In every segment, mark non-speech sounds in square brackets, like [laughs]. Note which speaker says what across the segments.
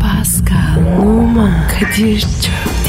Speaker 1: Pascal, Oman, Kadir çok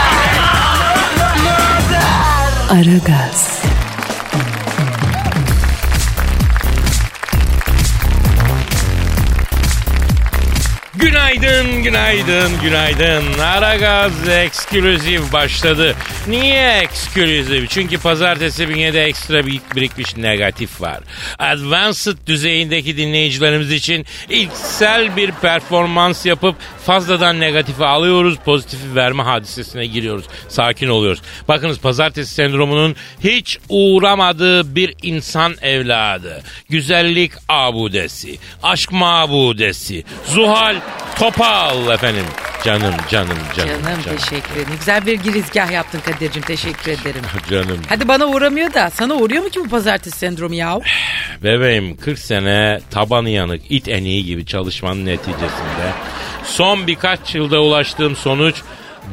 Speaker 1: Aragaz,
Speaker 2: Günaydın, günaydın, günaydın. Aragaz Exclusive başladı. Niye Exclusive? Çünkü pazartesi bünyede ekstra bir birikmiş negatif var. Advanced düzeyindeki dinleyicilerimiz için içsel bir performans yapıp fazladan negatifi alıyoruz, pozitifi verme hadisesine giriyoruz. Sakin oluyoruz. Bakınız pazartesi sendromunun hiç uğramadığı bir insan evladı. Güzellik abudesi, aşk mabudesi, Zuhal Topal efendim. Canım, canım, canım,
Speaker 3: Canım
Speaker 2: canım.
Speaker 3: teşekkür ederim. Güzel bir girizgah yaptın Kadir'cim teşekkür ederim.
Speaker 2: Canım
Speaker 3: Hadi bana uğramıyor da sana uğruyor mu ki bu pazartesi sendromu ya?
Speaker 2: bebeğim 40 sene tabanı yanık it eniği gibi çalışmanın neticesinde son birkaç yılda ulaştığım sonuç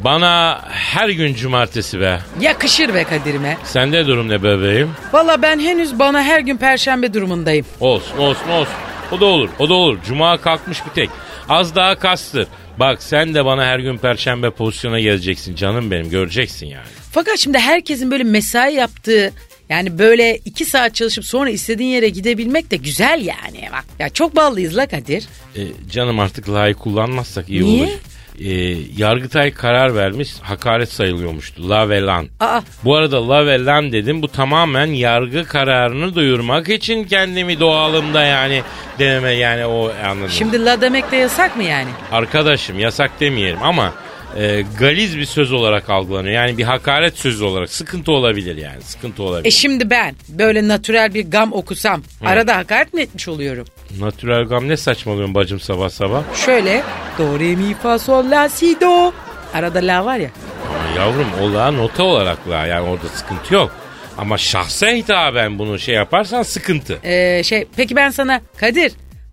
Speaker 2: bana her gün cumartesi be.
Speaker 3: Yakışır be Kadir'ime.
Speaker 2: Sende durum ne bebeğim?
Speaker 3: Valla ben henüz bana her gün perşembe durumundayım.
Speaker 2: Olsun olsun olsun. O da olur o da olur. Cuma kalkmış bir tek. Az daha kastır. Bak sen de bana her gün perşembe pozisyona geleceksin canım benim göreceksin yani.
Speaker 3: Fakat şimdi herkesin böyle mesai yaptığı yani böyle iki saat çalışıp sonra istediğin yere gidebilmek de güzel yani bak. Ya çok ballıyız la Kadir.
Speaker 2: E, canım artık layık kullanmazsak iyi
Speaker 3: Niye?
Speaker 2: olur. E, Yargıtay karar vermiş hakaret sayılıyormuştu. La ve lan.
Speaker 3: Aa.
Speaker 2: Bu arada la ve lan dedim. Bu tamamen yargı kararını duyurmak için kendimi doğalımda yani deneme yani o anladın mı?
Speaker 3: Şimdi la demek de yasak mı yani?
Speaker 2: Arkadaşım yasak demeyelim ama e, galiz bir söz olarak algılanıyor. Yani bir hakaret sözü olarak sıkıntı olabilir yani sıkıntı
Speaker 3: E
Speaker 2: olabilir.
Speaker 3: şimdi ben böyle natürel bir gam okusam arada hakaret mi etmiş oluyorum?
Speaker 2: Natürel gam ne saçmalıyorsun bacım sabah sabah?
Speaker 3: Şöyle do re mi fa sol la si do. Arada la var ya.
Speaker 2: Ama yavrum o la nota olarak la yani orada sıkıntı yok. Ama şahse hitaben bunu şey yaparsan sıkıntı.
Speaker 3: Ee, şey peki ben sana Kadir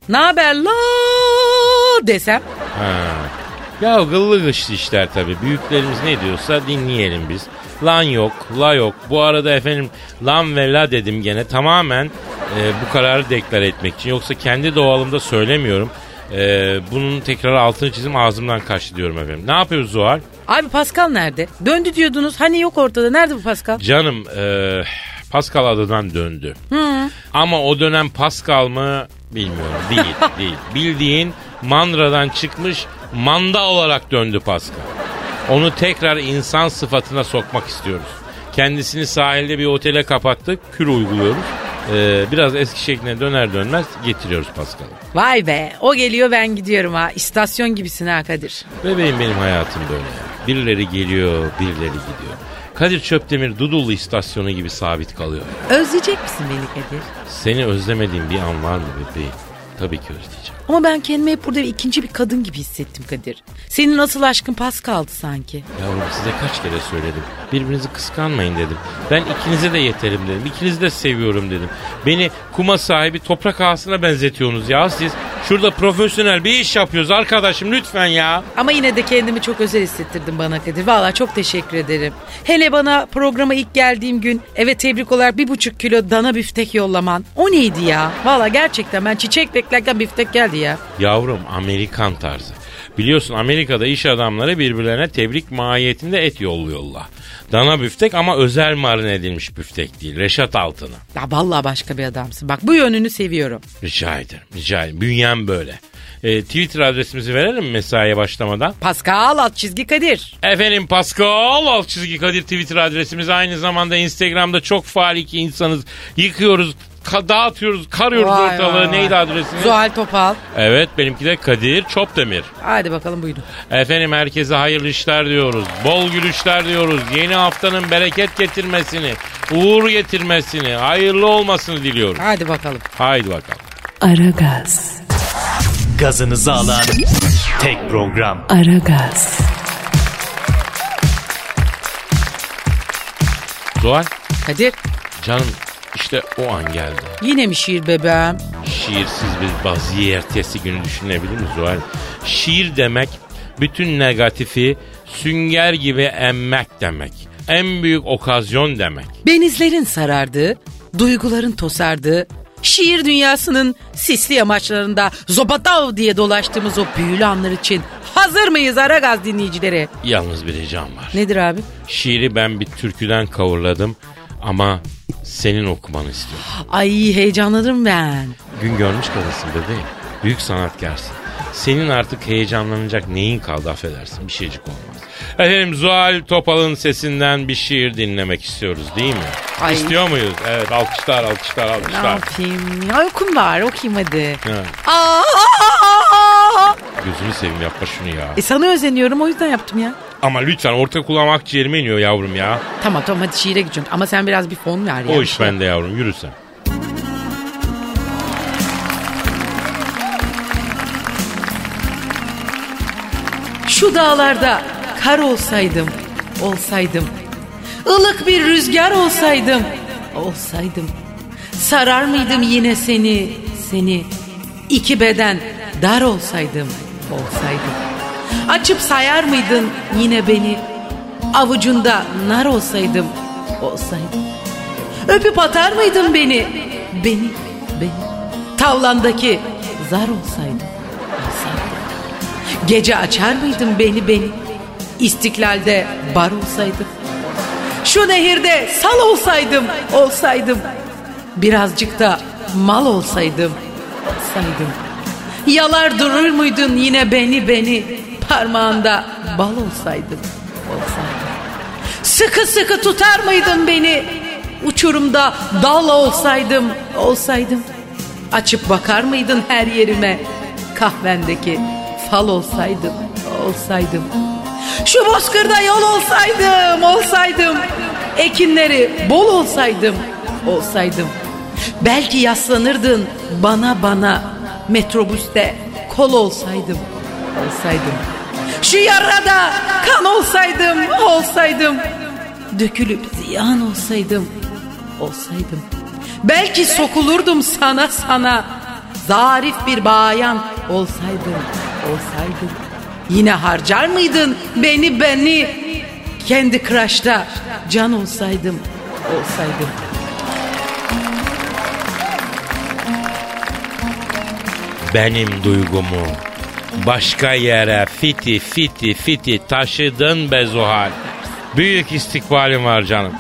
Speaker 3: ne haber la desem.
Speaker 2: Ha. Ya gıllı gışlı işler tabii. Büyüklerimiz ne diyorsa dinleyelim biz. Lan yok, la yok. Bu arada efendim lan ve la dedim gene tamamen e, bu kararı deklar etmek için. Yoksa kendi doğalımda söylemiyorum. E, bunun tekrar altını çizim ağzımdan kaçtı diyorum efendim. Ne yapıyoruz Zuhal?
Speaker 3: Abi Pascal nerede? Döndü diyordunuz. Hani yok ortada. Nerede bu Pascal?
Speaker 2: Canım e, Pascal adadan döndü. Ama o dönem Pascal mı bilmiyorum. Değil, değil. Bildiğin mandradan çıkmış manda olarak döndü Pascal. Onu tekrar insan sıfatına sokmak istiyoruz. Kendisini sahilde bir otele kapattık. Kür uyguluyoruz. E, biraz eski şekline döner dönmez getiriyoruz Pascal'ı.
Speaker 3: Vay be. O geliyor ben gidiyorum ha. İstasyon gibisin ha Kadir.
Speaker 2: Bebeğim benim hayatım böyle ya. Birileri geliyor, birileri gidiyor. Kadir Çöptemir Dudullu istasyonu gibi sabit kalıyor.
Speaker 3: Özleyecek misin beni Kadir?
Speaker 2: Seni özlemediğim bir an var mı bebeğim? Tabii ki özleyeceğim.
Speaker 3: Ama ben kendimi hep burada bir ikinci bir kadın gibi hissettim Kadir. Senin asıl aşkın Pascal'dı sanki.
Speaker 2: Yavrum size kaç kere söyledim. Birbirinizi kıskanmayın dedim. Ben ikinize de yeterim dedim. İkinizi de seviyorum dedim. Beni kuma sahibi toprak ağasına benzetiyorsunuz ya siz. Şurada profesyonel bir iş yapıyoruz arkadaşım lütfen ya.
Speaker 3: Ama yine de kendimi çok özel hissettirdin bana Kadir. Valla çok teşekkür ederim. Hele bana programa ilk geldiğim gün eve tebrik olarak bir buçuk kilo dana biftek yollaman. O neydi ya? Valla gerçekten ben çiçek beklerken biftek geldi ya.
Speaker 2: Yavrum Amerikan tarzı. Biliyorsun Amerika'da iş adamları birbirlerine tebrik mahiyetinde et yolluyorlar. Dana büftek ama özel marine edilmiş büftek değil. Reşat altına.
Speaker 3: Ya valla başka bir adamsın. Bak bu yönünü seviyorum.
Speaker 2: Rica ederim. Rica ederim. Bünyem böyle. Ee, Twitter adresimizi verelim mi mesaiye başlamadan.
Speaker 3: Pascal alt çizgi Kadir.
Speaker 2: Efendim Pascal alt çizgi Kadir Twitter adresimiz. Aynı zamanda Instagram'da çok faal iki insanız. Yıkıyoruz, ka- dağıtıyoruz, karıyoruz
Speaker 3: Vay
Speaker 2: ortalığı.
Speaker 3: vay vay.
Speaker 2: Neydi adresiniz?
Speaker 3: Zuhal Topal.
Speaker 2: Evet benimki de Kadir Çopdemir.
Speaker 3: Hadi bakalım buyurun.
Speaker 2: Efendim herkese hayırlı işler diyoruz. Bol gülüşler diyoruz. Yeni haftanın bereket getirmesini, uğur getirmesini, hayırlı olmasını diliyoruz.
Speaker 3: Hadi bakalım.
Speaker 2: Haydi bakalım.
Speaker 1: Aragaz,
Speaker 4: Gazınızı alan tek program.
Speaker 1: Aragaz,
Speaker 2: Zuhal
Speaker 3: Kadir
Speaker 2: canım işte o an geldi.
Speaker 3: yine mi şiir bebeğim?
Speaker 2: Şiirsiz bir baziye ertesi günü düşünebilir miyiz Zuhal? Şiir demek bütün negatifi sünger gibi emmek demek. En büyük okazyon demek.
Speaker 3: Benizlerin sarardığı, duyguların tosardığı, şiir dünyasının sisli yamaçlarında zobatav diye dolaştığımız o büyülü anlar için hazır mıyız Aragaz dinleyicileri?
Speaker 2: Yalnız bir ricam var.
Speaker 3: Nedir abi?
Speaker 2: Şiiri ben bir türküden kavurladım ama senin okumanı istiyorum.
Speaker 3: Ay heyecanladım ben.
Speaker 2: Gün görmüş kadınsın bebeğim. Büyük sanatkarsın. Senin artık heyecanlanacak neyin kaldı affedersin bir şeycik olmaz. Efendim Zuhal Topal'ın sesinden bir şiir dinlemek istiyoruz değil mi?
Speaker 3: Ay.
Speaker 2: İstiyor muyuz? Evet alkışlar alkışlar
Speaker 3: Ne
Speaker 2: alkışlar.
Speaker 3: yapayım? Ya uykum var okuyayım hadi.
Speaker 2: Evet.
Speaker 3: Aa, aa, aa, aa.
Speaker 2: Gözünü seveyim yapma şunu ya.
Speaker 3: E sana özeniyorum o yüzden yaptım ya.
Speaker 2: Ama lütfen orta kulağım akciğerime iniyor yavrum ya.
Speaker 3: Tamam tamam hadi şiire gidiyorum ama sen biraz bir fon ver ya.
Speaker 2: O iş bende yavrum yürü sen.
Speaker 3: Şu dağlarda kar olsaydım, olsaydım. ılık bir rüzgar olsaydım, olsaydım. Sarar mıydım yine seni, seni? İki beden dar olsaydım, olsaydım. Açıp sayar mıydın yine beni? Avucunda nar olsaydım, olsaydım. Öpüp atar mıydın beni? Beni, beni. Tavlandaki zar olsaydım, olsaydım. Gece açar mıydın beni beni? İstiklalde bar olsaydım. Şu nehirde sal olsaydım, olsaydım. Birazcık da mal olsaydım, olsaydım. Yalar durur muydun yine beni beni? Parmağında bal olsaydım, olsaydım. Sıkı sıkı tutar mıydın beni? Uçurumda dal olsaydım, olsaydım. Açıp bakar mıydın her yerime? Kahvendeki fal olsaydım, olsaydım. Şu bozkırda yol olsaydım, olsaydım. Ekinleri bol olsaydım, olsaydım. Belki yaslanırdın bana bana metrobüste kol olsaydım, olsaydım. Şu yarada kan olsaydım, olsaydım. Dökülüp ziyan olsaydım, olsaydım. Belki sokulurdum sana sana. Zarif bir bayan olsaydım, olsaydım. Yine harcar mıydın beni beni? Kendi crush'ta can olsaydım, olsaydım.
Speaker 2: benim duygumu başka yere fiti fiti fiti taşıdın be Zuhal. Büyük istikbalim var canım.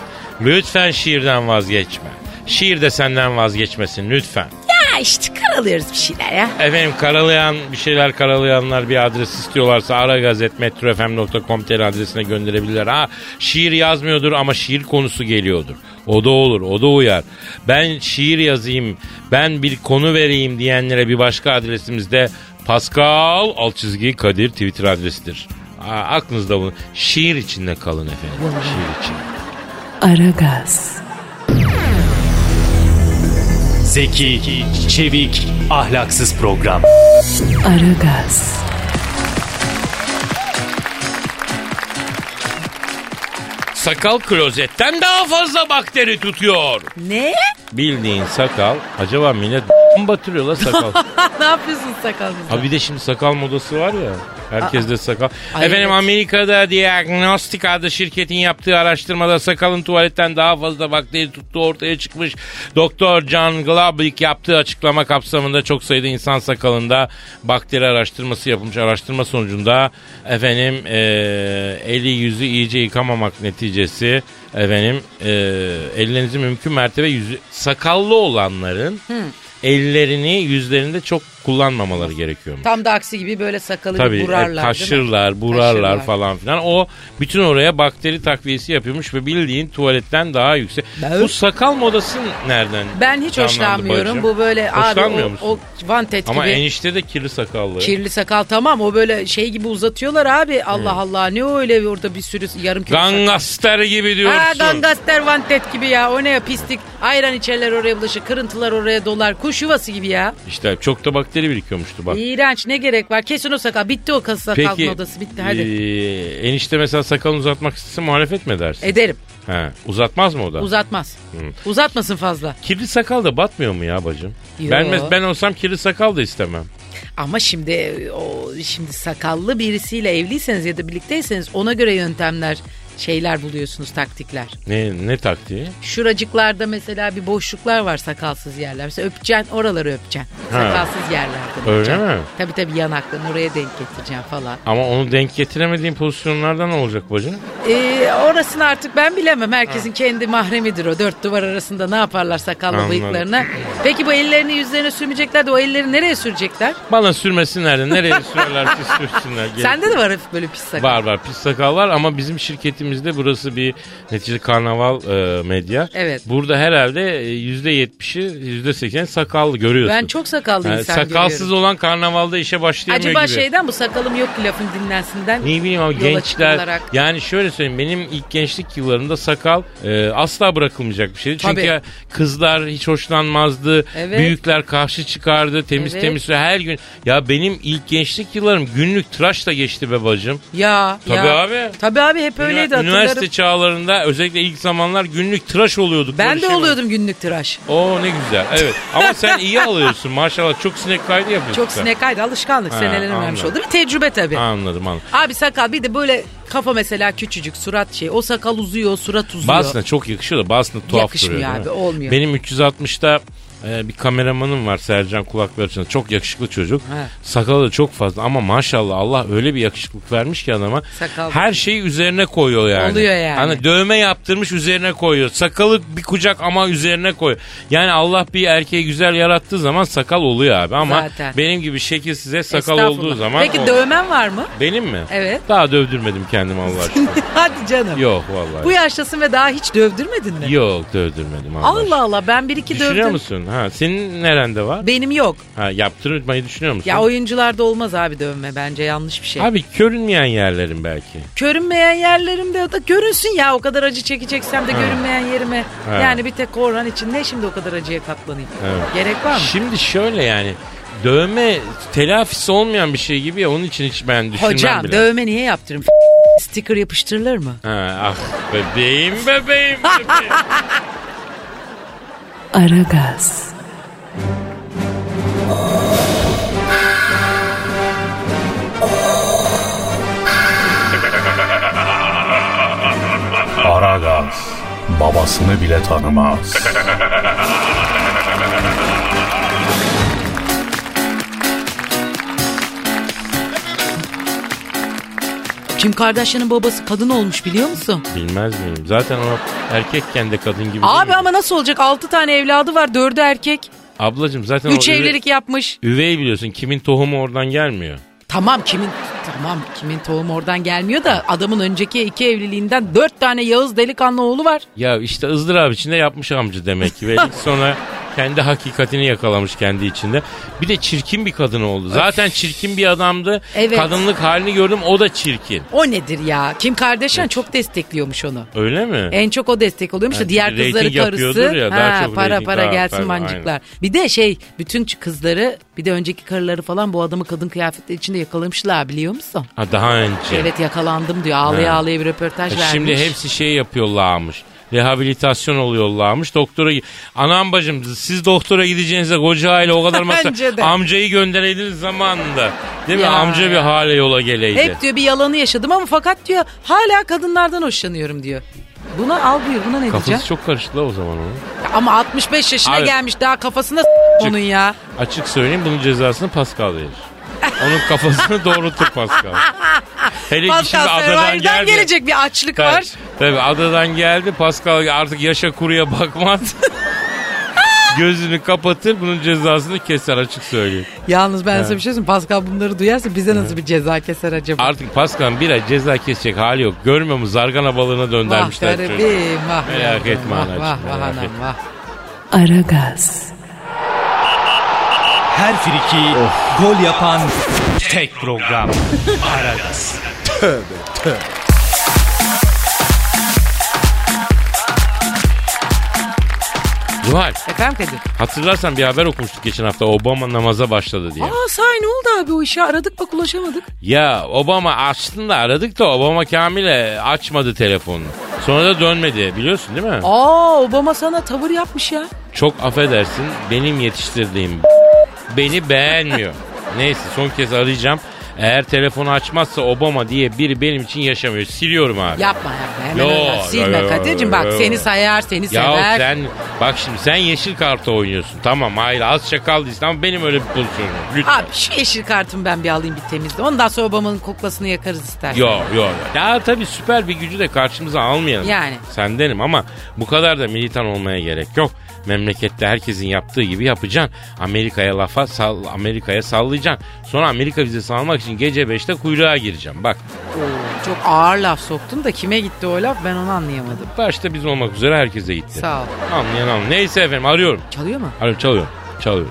Speaker 2: Lütfen şiirden vazgeçme. Şiir de senden vazgeçmesin lütfen.
Speaker 3: Ya işte karalıyoruz bir şeyler ya.
Speaker 2: Efendim karalayan bir şeyler karalayanlar bir adres istiyorlarsa aragazetmetrofm.com.tr adresine gönderebilirler. Ha şiir yazmıyordur ama şiir konusu geliyordur. O da olur, o da uyar. Ben şiir yazayım, ben bir konu vereyim diyenlere bir başka adresimizde Pascal alt çizgi Kadir Twitter adresidir. Ha, aklınızda bulun. Şiir içinde kalın efendim. Şiir için.
Speaker 1: Aragaz,
Speaker 5: Zeki, çevik, ahlaksız program.
Speaker 1: Aragaz,
Speaker 2: Sakal klozetten daha fazla bakteri tutuyor.
Speaker 3: Ne?
Speaker 2: Bildiğin sakal. Acaba millet mı batırıyor la sakal?
Speaker 3: ne yapıyorsun sakalınızla?
Speaker 2: Ha bir de şimdi sakal modası var ya. Herkes de sakal.
Speaker 3: Ay,
Speaker 2: Efendim
Speaker 3: evet.
Speaker 2: Amerika'da Diagnostic adlı şirketin yaptığı araştırmada sakalın tuvaletten daha fazla bakteri tuttuğu ortaya çıkmış. Doktor John Glabrick yaptığı açıklama kapsamında çok sayıda insan sakalında bakteri araştırması yapılmış. Araştırma sonucunda efendim eee, eli yüzü iyice yıkamamak neticesi efendim eee, ellerinizi mümkün mertebe yüzü sakallı olanların ellerini yüzlerinde çok kullanmamaları gerekiyor.
Speaker 3: Tam da aksi gibi böyle sakalı
Speaker 2: Tabii
Speaker 3: bir
Speaker 2: e,
Speaker 3: burarlar. değil mi?
Speaker 2: taşırlar, burarlar
Speaker 3: Taşırlar.
Speaker 2: falan filan. O bütün oraya bakteri takviyesi yapıyormuş ve bildiğin tuvaletten daha yüksek.
Speaker 3: Ben-
Speaker 2: Bu sakal modası nereden?
Speaker 3: Ben hiç
Speaker 2: canlandı
Speaker 3: hoşlanmıyorum.
Speaker 2: bacım?
Speaker 3: Bu böyle abi
Speaker 2: Hoşlanmıyor
Speaker 3: o,
Speaker 2: musun?
Speaker 3: o vantet
Speaker 2: Ama
Speaker 3: gibi.
Speaker 2: enişte de kirli sakallı.
Speaker 3: Kirli sakal tamam o böyle şey gibi uzatıyorlar abi. Allah
Speaker 2: Hmm.
Speaker 3: Allah ne o öyle orada bir sürü yarım kilo sakal.
Speaker 2: Gangaster gibi diyorsun.
Speaker 3: Ha gangaster vantet gibi ya. O ne ya pislik. Ayran içerler oraya bulaşır. Kırıntılar oraya dolar. Kuş yuvası gibi ya.
Speaker 2: İşte çok da kemikleri birikiyormuştu bak.
Speaker 3: İğrenç ne gerek var? Kesin o sakal. Bitti o kasa kalkma odası. Bitti hadi.
Speaker 2: eee, e, enişte mesela sakalını uzatmak istese muhalefet mi edersin?
Speaker 3: Ederim.
Speaker 2: He, uzatmaz mı o da?
Speaker 3: Uzatmaz.
Speaker 2: Hmm.
Speaker 3: Uzatmasın fazla.
Speaker 2: kirli sakal da batmıyor mu ya bacım?
Speaker 3: Yo.
Speaker 2: Ben, mes- ben olsam kirli sakal da istemem.
Speaker 3: Ama şimdi e, o şimdi sakallı birisiyle evliyseniz ya da birlikteyseniz ona göre yöntemler şeyler buluyorsunuz taktikler.
Speaker 2: Ne, ne taktiği?
Speaker 3: Şuracıklarda mesela bir boşluklar var sakalsız yerler. Mesela öpeceksin oraları öpeceksin. Sakalsız yerlerde.
Speaker 2: Öyle mi?
Speaker 3: Tabii tabii yanaklarını oraya denk getireceksin falan.
Speaker 2: Ama onu denk getiremediğin pozisyonlarda ne olacak bacım?
Speaker 3: Ee, orasını artık ben bilemem. Herkesin kendi mahremidir o. Dört duvar arasında ne yaparlar sakalla
Speaker 2: Anladım.
Speaker 3: bıyıklarına. Peki bu ellerini yüzlerine sürmeyecekler de o elleri nereye sürecekler?
Speaker 2: Bana sürmesinler de nereye sürerlerse
Speaker 3: [laughs]
Speaker 2: sürsünler. Gelin.
Speaker 3: Sende de var hafif böyle pis sakal.
Speaker 2: Var var pis sakal var ama bizim şirketimizde burası bir neticede karnaval e, medya.
Speaker 3: Evet.
Speaker 2: Burada herhalde e, %70'i %80 sakallı görüyorsun.
Speaker 3: Ben çok sakallı
Speaker 2: Yani
Speaker 3: insan
Speaker 2: Sakalsız
Speaker 3: görüyorum.
Speaker 2: olan karnavalda işe başlayamıyor
Speaker 3: Acaba şey
Speaker 2: gibi.
Speaker 3: şeyden bu sakalım yok ki lafın dinlensinden.
Speaker 2: Ne bileyim abi
Speaker 3: yola
Speaker 2: gençler
Speaker 3: çıkılarak.
Speaker 2: yani şöyle söyleyeyim benim ilk gençlik yıllarında sakal e, asla bırakılmayacak bir şeydi. Çünkü
Speaker 3: Tabii.
Speaker 2: ya kızlar hiç hoşlanmazdı.
Speaker 3: Evet.
Speaker 2: Büyükler karşı çıkardı. Temiz
Speaker 3: Evet.
Speaker 2: temiz her gün. Ya benim ilk gençlik yıllarım günlük tıraşla geçti be bacım.
Speaker 3: Ya.
Speaker 2: Tabii
Speaker 3: ya.
Speaker 2: abi.
Speaker 3: Tabii abi hep öyleydi
Speaker 2: Ünivers-
Speaker 3: hatırlarım.
Speaker 2: Üniversite çağlarında özellikle ilk zamanlar günlük tıraş oluyorduk.
Speaker 3: ben
Speaker 2: Böyle
Speaker 3: de
Speaker 2: şey mi?
Speaker 3: oluyordum günlük tıraş.
Speaker 2: Oo ne güzel evet. Ama sen iyi alıyorsun maşallah çok sinek kaydı yapıyorsun.
Speaker 3: Çok
Speaker 2: sen.
Speaker 3: sinek kaydı alışkanlık
Speaker 2: Ha,
Speaker 3: senelerine vermiş
Speaker 2: anladım.
Speaker 3: oldu. Bir tecrübe tabii.
Speaker 2: Anladım anladım.
Speaker 3: Abi sakal bir de böyle kafa mesela küçücük surat şey. O sakal uzuyor surat uzuyor.
Speaker 2: Bazısına çok yakışıyor da bazısına tuhaf
Speaker 3: Yakışmıyor
Speaker 2: duruyor.
Speaker 3: abi,
Speaker 2: değil mi?
Speaker 3: olmuyor.
Speaker 2: Benim 360'ta e, bir kameramanım var Sercan Kulak Barış'ın. Çok yakışıklı çocuk.
Speaker 3: He.
Speaker 2: Sakalı da çok fazla ama maşallah Allah öyle bir yakışıklık vermiş ki adama.
Speaker 3: Sakal.
Speaker 2: Her şeyi üzerine koyuyor yani.
Speaker 3: Oluyor yani.
Speaker 2: Hani dövme yaptırmış üzerine koyuyor. Sakalı bir kucak ama üzerine koyuyor. Yani Allah bir erkeği güzel yarattığı zaman sakal oluyor abi ama
Speaker 3: Zaten.
Speaker 2: benim gibi şekil size sakal
Speaker 3: Estağfurullah.
Speaker 2: olduğu zaman
Speaker 3: Peki
Speaker 2: o-
Speaker 3: dövmen var mı?
Speaker 2: benim mi?
Speaker 3: Evet.
Speaker 2: Daha dövdürmedim kendimi Allah
Speaker 3: [laughs]
Speaker 2: aşkına.
Speaker 3: Hadi canım.
Speaker 2: Yok vallahi.
Speaker 3: Bu yaştasın ve daha hiç dövdürmedin mi?
Speaker 2: Yok dövdürmedim Allah. aşkına.
Speaker 3: Allah Allah ben bir iki
Speaker 2: Düşünüyor
Speaker 3: dövdüm.
Speaker 2: musun? Ha, senin nerende var?
Speaker 3: Benim yok.
Speaker 2: Ha, yaptırmayı düşünüyor musun?
Speaker 3: Ya oyuncularda olmaz abi dövme bence yanlış bir şey.
Speaker 2: Abi körünmeyen yerlerin belki.
Speaker 3: Görünmeyen yerlerimde o da görünsün ya o kadar acı çekeceksem de görünmeyen yerime.
Speaker 2: Evet.
Speaker 3: Yani bir tek Orhan için ne şimdi o kadar acıya katlanayım?
Speaker 2: Evet.
Speaker 3: Gerek var mı?
Speaker 2: Şimdi şöyle yani dövme telafisi olmayan bir şey gibi ya onun için hiç ben düşünmem
Speaker 3: Hocam
Speaker 2: bile.
Speaker 3: dövme niye yaptırım? Sticker yapıştırılır mı?
Speaker 2: Ha, ah bebeğim bebeğim. bebeğim.
Speaker 1: Aragaz,
Speaker 6: Aragaz babasını bile tanımaz.
Speaker 3: Kim Kardashian'ın babası kadın olmuş biliyor musun?
Speaker 2: Bilmez miyim? Zaten o erkekken de kadın gibi. değil
Speaker 3: Abi
Speaker 2: mi?
Speaker 3: ama nasıl olacak? 6 tane evladı var, 4'ü erkek.
Speaker 2: Ablacığım zaten
Speaker 3: 3
Speaker 2: o üvey-
Speaker 3: evlilik yapmış.
Speaker 2: üvey biliyorsun. Kimin tohumu oradan gelmiyor.
Speaker 3: Tamam kimin tamam kimin tohum oradan gelmiyor da adamın önceki iki evliliğinden 4 tane Yağız delikanlı oğlu var.
Speaker 2: Ya işte ızdırap içinde yapmış amca demek
Speaker 3: [laughs]
Speaker 2: ki. Ve sonra kendi hakikatini yakalamış kendi içinde. Bir de çirkin bir kadın oldu. Zaten çirkin bir adamdı.
Speaker 3: Evet.
Speaker 2: Kadınlık halini gördüm o da çirkin.
Speaker 3: O nedir ya? Kim Kardashian çok destekliyormuş onu.
Speaker 2: Öyle mi?
Speaker 3: En çok o destek oluyormuş da
Speaker 2: Yani
Speaker 3: diğer
Speaker 2: reyting
Speaker 3: kızları karısı.
Speaker 2: yapıyordur ya, daha çok
Speaker 3: para
Speaker 2: reyting,
Speaker 3: para
Speaker 2: daha
Speaker 3: gelsin
Speaker 2: para,
Speaker 3: mancıklar. Bir de şey bütün kızları bir de önceki karıları falan bu adamı kadın kıyafetleri içinde yakalamışlar biliyor musun?
Speaker 2: Ha, daha önce.
Speaker 3: Evet yakalandım diyor ağlaya
Speaker 2: Ha.
Speaker 3: ağlaya bir röportaj
Speaker 2: Ha,
Speaker 3: vermiş.
Speaker 2: Şimdi hepsi şey yapıyorlarmış. Rehabilitasyon oluyorlarmış. Doktora gi- anam bacım siz doktora gideceğinize koca aile o
Speaker 3: [laughs]
Speaker 2: kadar
Speaker 3: Bence de.
Speaker 2: mesela amcayı göndereydiniz zamanında. Değil mi?
Speaker 3: Ya.
Speaker 2: Amca bir hale yola geleydi.
Speaker 3: Hep diyor bir yalanı yaşadım ama fakat diyor hala kadınlardan hoşlanıyorum diyor. Buna al buyur buna ne diyeceğim?
Speaker 2: Kafası çok karıştı la o zaman onun.
Speaker 3: Ama 65 yaşına
Speaker 2: Abi-
Speaker 3: gelmiş daha kafasına s- onun ya.
Speaker 2: Açık söyleyeyim bunun cezasını Pascal verir. Onun kafasını [laughs] doğrultur Pascal. Hele ki şimdi
Speaker 3: Pascal
Speaker 2: adadan
Speaker 3: Survivor'dan
Speaker 2: geldi.
Speaker 3: gelecek bir açlık
Speaker 2: Tabii,
Speaker 3: var.
Speaker 2: tabii adadan geldi. Pascal artık yaşa kuruya
Speaker 3: [laughs]
Speaker 2: bakmaz. Gözünü kapatır bunun cezasını keser açık söyleyeyim.
Speaker 3: Yalnız ben size bir şey söyleyeyim. Pascal bunları duyarsa bize nasıl bir ceza keser acaba?
Speaker 2: Artık Pascal'ın biraz ceza kesecek hali yok. Görmüyor musun zargana balığına döndermişler.
Speaker 3: Vah
Speaker 2: çocuğu.
Speaker 3: garibim vah.
Speaker 2: Merak etme
Speaker 3: vah,
Speaker 2: anacığım,
Speaker 3: Vah vah
Speaker 2: merak
Speaker 3: anam
Speaker 2: etme.
Speaker 3: vah.
Speaker 1: Aragaz,
Speaker 5: Her friki gol yapan tek program. Aragaz.
Speaker 2: Zuhal
Speaker 3: Efendim Kadir?
Speaker 2: hatırlarsan bir haber okumuştuk geçen hafta Obama namaza başladı diye.
Speaker 3: Aa sahi ne oldu abi o işe aradık bak ulaşamadık.
Speaker 2: Ya Obama aslında aradık da Obama Kamil'e açmadı telefonunu. Sonra da dönmedi biliyorsun değil mi?
Speaker 3: Aa Obama sana tavır yapmış ya.
Speaker 2: Çok affedersin benim yetiştirdiğim beni beğenmiyor. Neyse son kez arayacağım. Eğer telefonu açmazsa Obama diye biri benim için yaşamıyor. Siliyorum abi.
Speaker 3: Yapma yapma hemen
Speaker 2: Yo,
Speaker 3: öyle. Silme
Speaker 2: yo, yo,
Speaker 3: Kadir'cim
Speaker 2: yo,
Speaker 3: bak
Speaker 2: yo.
Speaker 3: seni sayar seni
Speaker 2: Ya
Speaker 3: sever.
Speaker 2: sen bak şimdi sen yeşil kartı oynuyorsun. Tamam hayır az çakal değilsin ama benim öyle bir pozisyonum. yok. Lütfen.
Speaker 3: Abi şu yeşil kartımı ben bir alayım bir temizle. Ondan sonra Obama'nın koklasını yakarız istersen.
Speaker 2: Yo yo. yo. Ya tabii süper bir gücü de karşımıza almayalım.
Speaker 3: Yani.
Speaker 2: Sendenim ama bu kadar da militan olmaya gerek yok. Memlekette herkesin yaptığı gibi yapacaksın. Amerika'ya lafa sal, Amerika'ya sallayacaksın. Sonra Amerika vizesi almak için gece 5'te kuyruğa gireceğim. Bak
Speaker 3: Oo, Çok ağır laf soktun da kime gitti o laf ben onu anlayamadım.
Speaker 2: başta biz olmak üzere herkese gitti.
Speaker 3: Sağ ol.
Speaker 2: Anlayan anlayan. Neyse efendim arıyorum.
Speaker 3: Çalıyor mu?
Speaker 2: Alo çalıyor. Çalıyor.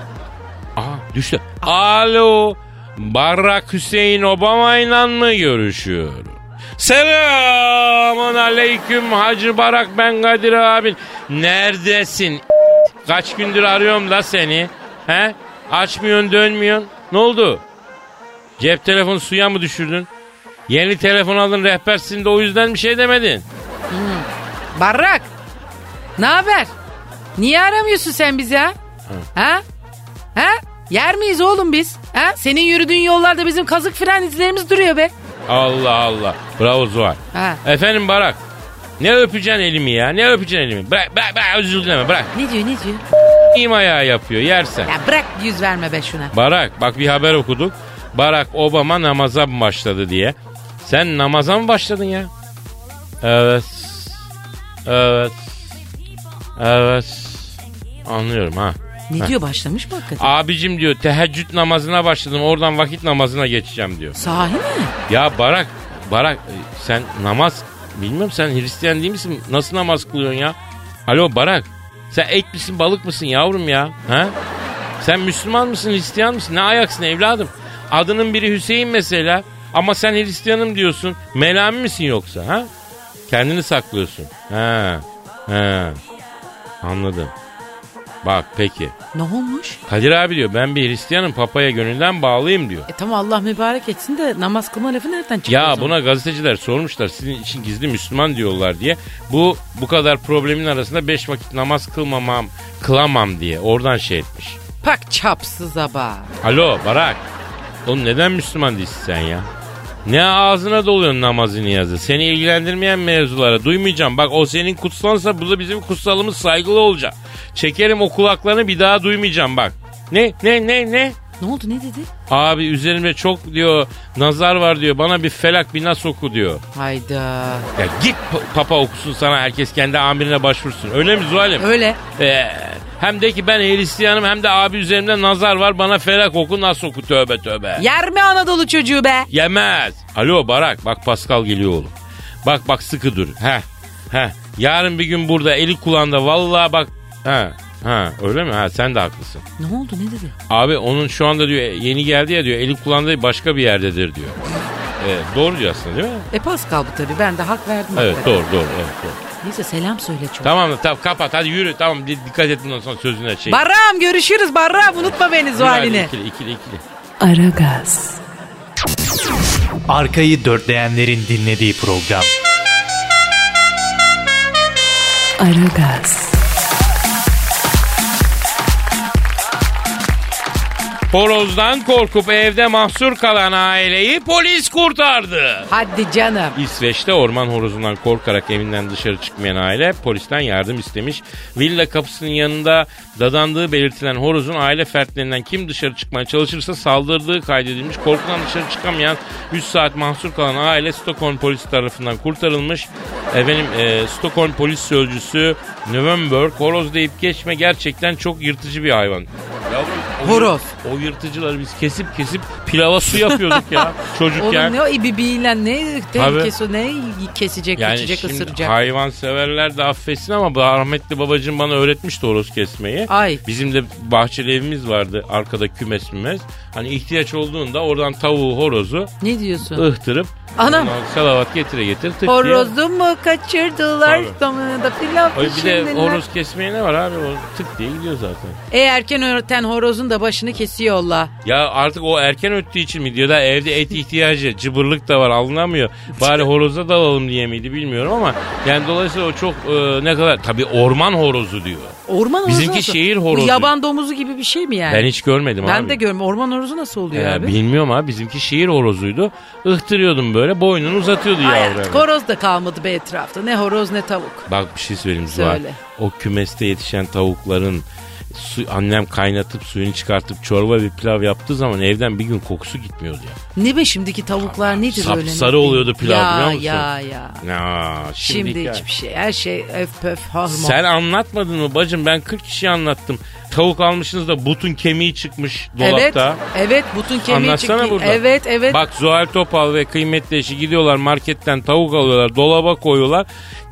Speaker 2: Aa düştü. Alo. Barack Hüseyin Obama ile mı görüşüyor? Selamun aleyküm Hacı Barak ben Kadir abin. Neredesin? Kaç gündür arıyorum la seni. He? Açmıyorsun dönmüyorsun. Ne oldu? Cep telefonu suya mı düşürdün? Yeni telefon aldın rehbersin de o yüzden bir şey demedin.
Speaker 3: Barrak. Ne haber? Niye aramıyorsun sen bizi ha? Ha? Ha? Yer miyiz oğlum biz? Ha? Senin yürüdüğün yollarda bizim kazık fren izlerimiz duruyor be.
Speaker 2: Allah Allah. Bravo Zuhal.
Speaker 3: Ha.
Speaker 2: Efendim Barak. Ne öpeceksin elimi ya? Ne öpeceksin elimi? Bırak, bırak, bırak özür dileme bırak.
Speaker 3: Ne diyor ne diyor?
Speaker 2: İyiyim ayağı yapıyor yersen.
Speaker 3: Ya bırak yüz verme be şuna.
Speaker 2: Barak bak bir haber okuduk. Barak Obama namaza mı başladı diye. Sen namaza mı başladın ya? Evet. Evet. Evet. Anlıyorum ha.
Speaker 3: Ne diyor başlamış mı hakikaten?
Speaker 2: Abicim diyor teheccüd namazına başladım oradan vakit namazına geçeceğim diyor.
Speaker 3: Sahi mi?
Speaker 2: Ya Barak, Barak e, sen namaz bilmiyorum sen Hristiyan değil misin? Nasıl namaz kılıyorsun ya? Alo Barak sen et misin balık mısın yavrum ya? Ha? Sen Müslüman mısın Hristiyan mısın? Ne ayaksın evladım? Adının biri Hüseyin mesela ama sen Hristiyanım diyorsun. Melami misin yoksa ha? Kendini saklıyorsun. Ha. Ha. Anladım. Bak peki.
Speaker 3: Ne olmuş?
Speaker 2: Kadir abi diyor ben bir Hristiyanım papaya gönülden bağlıyım diyor.
Speaker 3: E tamam Allah mübarek etsin de namaz kılma lafı nereden çıktı? o
Speaker 2: Ya
Speaker 3: zaman?
Speaker 2: buna gazeteciler sormuşlar sizin için gizli Müslüman diyorlar diye. Bu bu kadar problemin arasında beş vakit namaz kılmamam, kılamam diye oradan şey etmiş.
Speaker 3: Pak çapsız aba.
Speaker 2: Alo Barak. Oğlum neden Müslüman değilsin sen ya? Ne ağzına doluyorsun namazı niyazı? Seni ilgilendirmeyen mevzulara duymayacağım. Bak o senin kutsalsa bu da bizim kutsalımız saygılı olacak. Çekerim o kulaklarını bir daha duymayacağım bak. Ne ne ne ne?
Speaker 3: Ne oldu ne dedi?
Speaker 2: Abi üzerimde çok diyor nazar var diyor. Bana bir felak bir nas oku diyor.
Speaker 3: Hayda.
Speaker 2: Ya git pa- papa okusun sana herkes kendi amirine başvursun. Öyle mi Zuhal'im?
Speaker 3: Öyle.
Speaker 2: Ee, hem de ki ben Hristiyanım hem de abi üzerimde nazar var bana felak oku nasıl oku tövbe tövbe.
Speaker 3: Yer mi Anadolu çocuğu be?
Speaker 2: Yemez. Alo Barak bak Pascal geliyor oğlum. Bak bak sıkı dur. Heh. Heh. Yarın bir gün burada eli kulağında vallahi bak. Ha. Ha öyle mi? Ha sen de haklısın.
Speaker 3: Ne oldu ne dedi?
Speaker 2: Abi onun şu anda diyor yeni geldi ya diyor eli kulağında değil, başka bir yerdedir diyor. Ee, doğru diyor aslında değil mi?
Speaker 3: E Pascal bu tabii ben de hak verdim.
Speaker 2: Evet
Speaker 3: hakikaten.
Speaker 2: doğru doğru. Evet, doğru.
Speaker 3: Neyse selam söyle çok.
Speaker 2: Tamam da tamam kapat hadi yürü tamam di- dikkat et bundan sonra sözüne şey.
Speaker 3: Barrağım görüşürüz Barrağım unutma beni
Speaker 2: Yürü hadi,
Speaker 3: Zuhal'ini.
Speaker 2: İkili ikili ikili.
Speaker 1: Aragaz,
Speaker 5: Arkayı dörtleyenlerin dinlediği program.
Speaker 1: Aragaz,
Speaker 2: Horozdan korkup evde mahsur kalan aileyi polis kurtardı.
Speaker 3: Hadi canım.
Speaker 2: İsveç'te orman horozundan korkarak evinden dışarı çıkmayan aile polisten yardım istemiş. Villa kapısının yanında dadandığı belirtilen horozun aile fertlerinden kim dışarı çıkmaya çalışırsa saldırdığı kaydedilmiş. Korkudan dışarı çıkamayan 3 saat mahsur kalan aile Stockholm polisi tarafından kurtarılmış. Efendim e, Stockholm polis sözcüsü Nürnberg horoz deyip geçme gerçekten çok yırtıcı bir hayvan. Yavrum
Speaker 3: Horoz.
Speaker 2: O yırtıcıları biz kesip kesip pilava su yapıyorduk ya çocukken.
Speaker 3: Oğlum ne o ibibiyle ne tehlikesi o, ne kesecek,
Speaker 2: yani
Speaker 3: içecek,
Speaker 2: şimdi
Speaker 3: ısıracak.
Speaker 2: hayvan severler de affetsin ama rahmetli babacığım bana öğretmişti horoz kesmeyi.
Speaker 3: Ay.
Speaker 2: Bizim de bahçeli evimiz vardı arkada kümes mümez. Hani ihtiyaç olduğunda oradan tavuğu horozu
Speaker 3: Ne diyorsun?
Speaker 2: ıhtırıp
Speaker 3: Anam.
Speaker 2: ondan salavat getire getir tık diye.
Speaker 3: Horozu mu kaçırdılar
Speaker 2: Tabii.
Speaker 3: damını da pilav
Speaker 2: Ay bir de
Speaker 3: pişirdiler.
Speaker 2: horoz kesmeye ne var abi? O tık diye gidiyor zaten.
Speaker 3: E erken öğreten horozun da başını kesiyor Allah.
Speaker 2: Ya artık o erken öttüğü için mi diyor da evde et ihtiyacı cıbırlık da var alınamıyor. Bari horoza dalalım diye miydi bilmiyorum ama yani dolayısıyla o çok e, ne kadar tabii orman horozu diyor.
Speaker 3: Orman horozu
Speaker 2: Bizimki
Speaker 3: nasıl?
Speaker 2: şehir
Speaker 3: Bu
Speaker 2: horozu.
Speaker 3: Yaban domuzu gibi bir şey mi yani?
Speaker 2: Ben hiç görmedim
Speaker 3: Ben
Speaker 2: abi.
Speaker 3: de görmüyorum. Orman horozu nasıl oluyor
Speaker 2: Ya
Speaker 3: abi?
Speaker 2: Ee, Bilmiyorum abi bizimki şehir horozuydu. Ihtırıyordum böyle boynunu uzatıyordu
Speaker 3: Ay,
Speaker 2: yavru.
Speaker 3: artık horoz da kalmadı be etrafta. Ne horoz ne tavuk.
Speaker 2: Bak bir şey söyleyeyim Zuhal.
Speaker 3: Söyle.
Speaker 2: O kümeste yetişen tavukların su, annem kaynatıp suyunu çıkartıp çorba ve pilav yaptığı zaman evden bir gün kokusu gitmiyordu ya.
Speaker 3: Ne be şimdiki tavuklar nedir
Speaker 2: Sapsarı
Speaker 3: öyle?
Speaker 2: oluyordu pilav
Speaker 3: ya,
Speaker 2: biliyor musun?
Speaker 3: Ya ya
Speaker 2: Ya,
Speaker 3: Şimdi,
Speaker 2: şimdiki-
Speaker 3: hiçbir şey. Her şey öf pöf harman.
Speaker 2: Sen anlatmadın mı bacım? Ben 40 kişi anlattım. Tavuk almışsınız da butun kemiği çıkmış
Speaker 3: Evet,
Speaker 2: dolapta.
Speaker 3: evet butun kemiği
Speaker 2: Anlatsana
Speaker 3: çıktı.
Speaker 2: burada.
Speaker 3: Evet, evet.
Speaker 2: Bak Zuhal Topal ve kıymetli eşi gidiyorlar marketten tavuk alıyorlar. Dolaba koyuyorlar.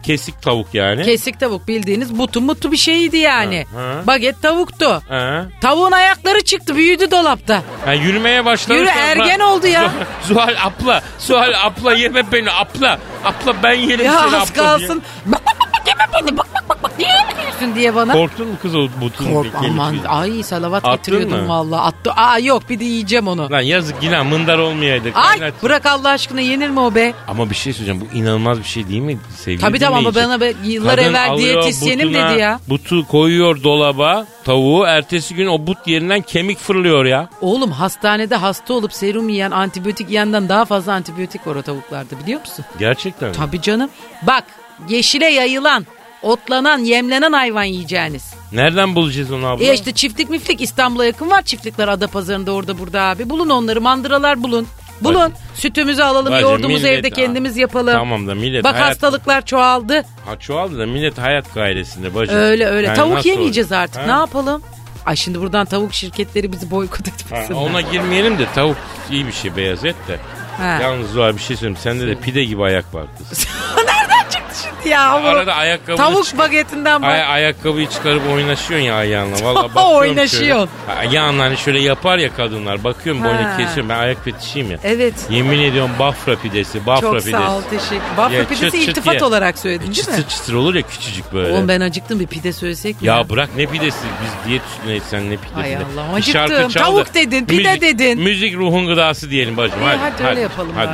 Speaker 2: Kesik tavuk yani.
Speaker 3: Kesik tavuk bildiğiniz butun mutlu bir şeydi yani.
Speaker 2: Ha, ha.
Speaker 3: Baget tavuktu.
Speaker 2: Ha.
Speaker 3: Tavuğun ayakları çıktı büyüdü dolapta.
Speaker 2: Ha, yürümeye başladı.
Speaker 3: Yürü, ergen oldu ya.
Speaker 2: [laughs] Zuhal apla. Zuhal apla yeme beni apla. Apla ben yerim
Speaker 3: Ya
Speaker 2: seni
Speaker 3: az
Speaker 2: apla şey diye.
Speaker 3: kalsın. Bak bak bak bak yeme beni bak bak bak bak niye yemiyorsun diye bana.
Speaker 2: Korktun mu kız o butun
Speaker 3: Kork-
Speaker 2: kemiği?
Speaker 3: Aman ay salavat
Speaker 2: Attın
Speaker 3: getiriyordum
Speaker 2: mı?
Speaker 3: valla. Attı. Aa yok bir de yiyeceğim onu.
Speaker 2: Lan yazık yine mındar olmayaydı.
Speaker 3: Ay
Speaker 2: Kaynat-
Speaker 3: bırak Allah aşkına yenir mi o be?
Speaker 2: Ama bir şey söyleyeceğim bu inanılmaz bir şey değil mi sevgili
Speaker 3: Tabii tamam ama
Speaker 2: dinleyici?
Speaker 3: bana be- yıllar
Speaker 2: Kadın
Speaker 3: evvel
Speaker 2: alıyor
Speaker 3: diyetisyenim
Speaker 2: butuna,
Speaker 3: dedi ya.
Speaker 2: Butu koyuyor dolaba tavuğu ertesi gün o but yerinden kemik fırlıyor ya.
Speaker 3: Oğlum hastanede hasta olup serum yiyen antibiyotik yiyenden daha fazla antibiyotik var o tavuklarda biliyor musun?
Speaker 2: Gerçekten mi?
Speaker 3: Tabii canım. Bak yeşile yayılan, otlanan, yemlenen hayvan yiyeceğiniz.
Speaker 2: Nereden bulacağız onu abla?
Speaker 3: E işte çiftlik miflik İstanbul'a yakın var çiftlikler Adapazarı'nda orada burada abi. Bulun onları mandıralar bulun. Bulun
Speaker 2: Bacım.
Speaker 3: sütümüzü alalım
Speaker 2: Bacım,
Speaker 3: yoğurdumuzu
Speaker 2: millet-
Speaker 3: evde kendimiz yapalım.
Speaker 2: Tamam da millet
Speaker 3: Bak
Speaker 2: hayat,
Speaker 3: hastalıklar çoğaldı.
Speaker 2: ha, çoğaldı da millet hayat gayresinde bacım.
Speaker 3: Öyle öyle.
Speaker 2: Yani
Speaker 3: tavuk
Speaker 2: nasıl
Speaker 3: yemeyeceğiz
Speaker 2: olacak?
Speaker 3: artık.
Speaker 2: Ha?
Speaker 3: Ne yapalım? Ay şimdi buradan tavuk şirketleri bizi boykot etmesin.
Speaker 2: Ha, ona girmeyelim de tavuk iyi bir şey beyaz et de.
Speaker 3: Ha.
Speaker 2: Yalnız Zuhal bir şey söyleyeyim sende de pide gibi ayak var kız.
Speaker 3: Nereden çıktı şimdi ya? bu?
Speaker 2: Arada ayakkabını
Speaker 3: Tavuk
Speaker 2: çık-
Speaker 3: bagetinden bak.
Speaker 2: Ay- ayakkabıyı çıkarıp oynaşıyorsun ya ayağınla. Vallahi
Speaker 3: [laughs]
Speaker 2: bakıyorum
Speaker 3: Oynaşıyorsun.
Speaker 2: şöyle. Ayağınla hani şöyle yapar ya kadınlar. Bakıyorum boynu
Speaker 3: Ha.
Speaker 2: kesiyorum. Ben ayak fetişiyim ya.
Speaker 3: evet.
Speaker 2: Yemin ediyorum bafra pidesi, bafra
Speaker 3: Çok
Speaker 2: pidesi.
Speaker 3: sağ ol teşekkür. Bafra
Speaker 2: Ya
Speaker 3: pidesi
Speaker 2: çıt çıt
Speaker 3: iltifat
Speaker 2: ye.
Speaker 3: olarak söyledin değil
Speaker 2: Çıtır
Speaker 3: mi?
Speaker 2: çıtır olur ya küçücük böyle.
Speaker 3: Oğlum ben acıktım bir pide söylesek mi?
Speaker 2: Ya bırak ne pidesi biz diyet üstüne sen ne pidesi.
Speaker 3: Hay
Speaker 2: de.
Speaker 3: Allah'ım,
Speaker 2: Bir
Speaker 3: acıktım.
Speaker 2: şarkı çaldı.
Speaker 3: Tavuk dedin, pide
Speaker 2: Müzik-
Speaker 3: dedin.
Speaker 2: Müzik ruhun gıdası diyelim bacım.
Speaker 3: İyi,
Speaker 2: hadi,
Speaker 3: hadi, öyle yapalım
Speaker 2: hadi.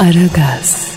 Speaker 1: Aragaz.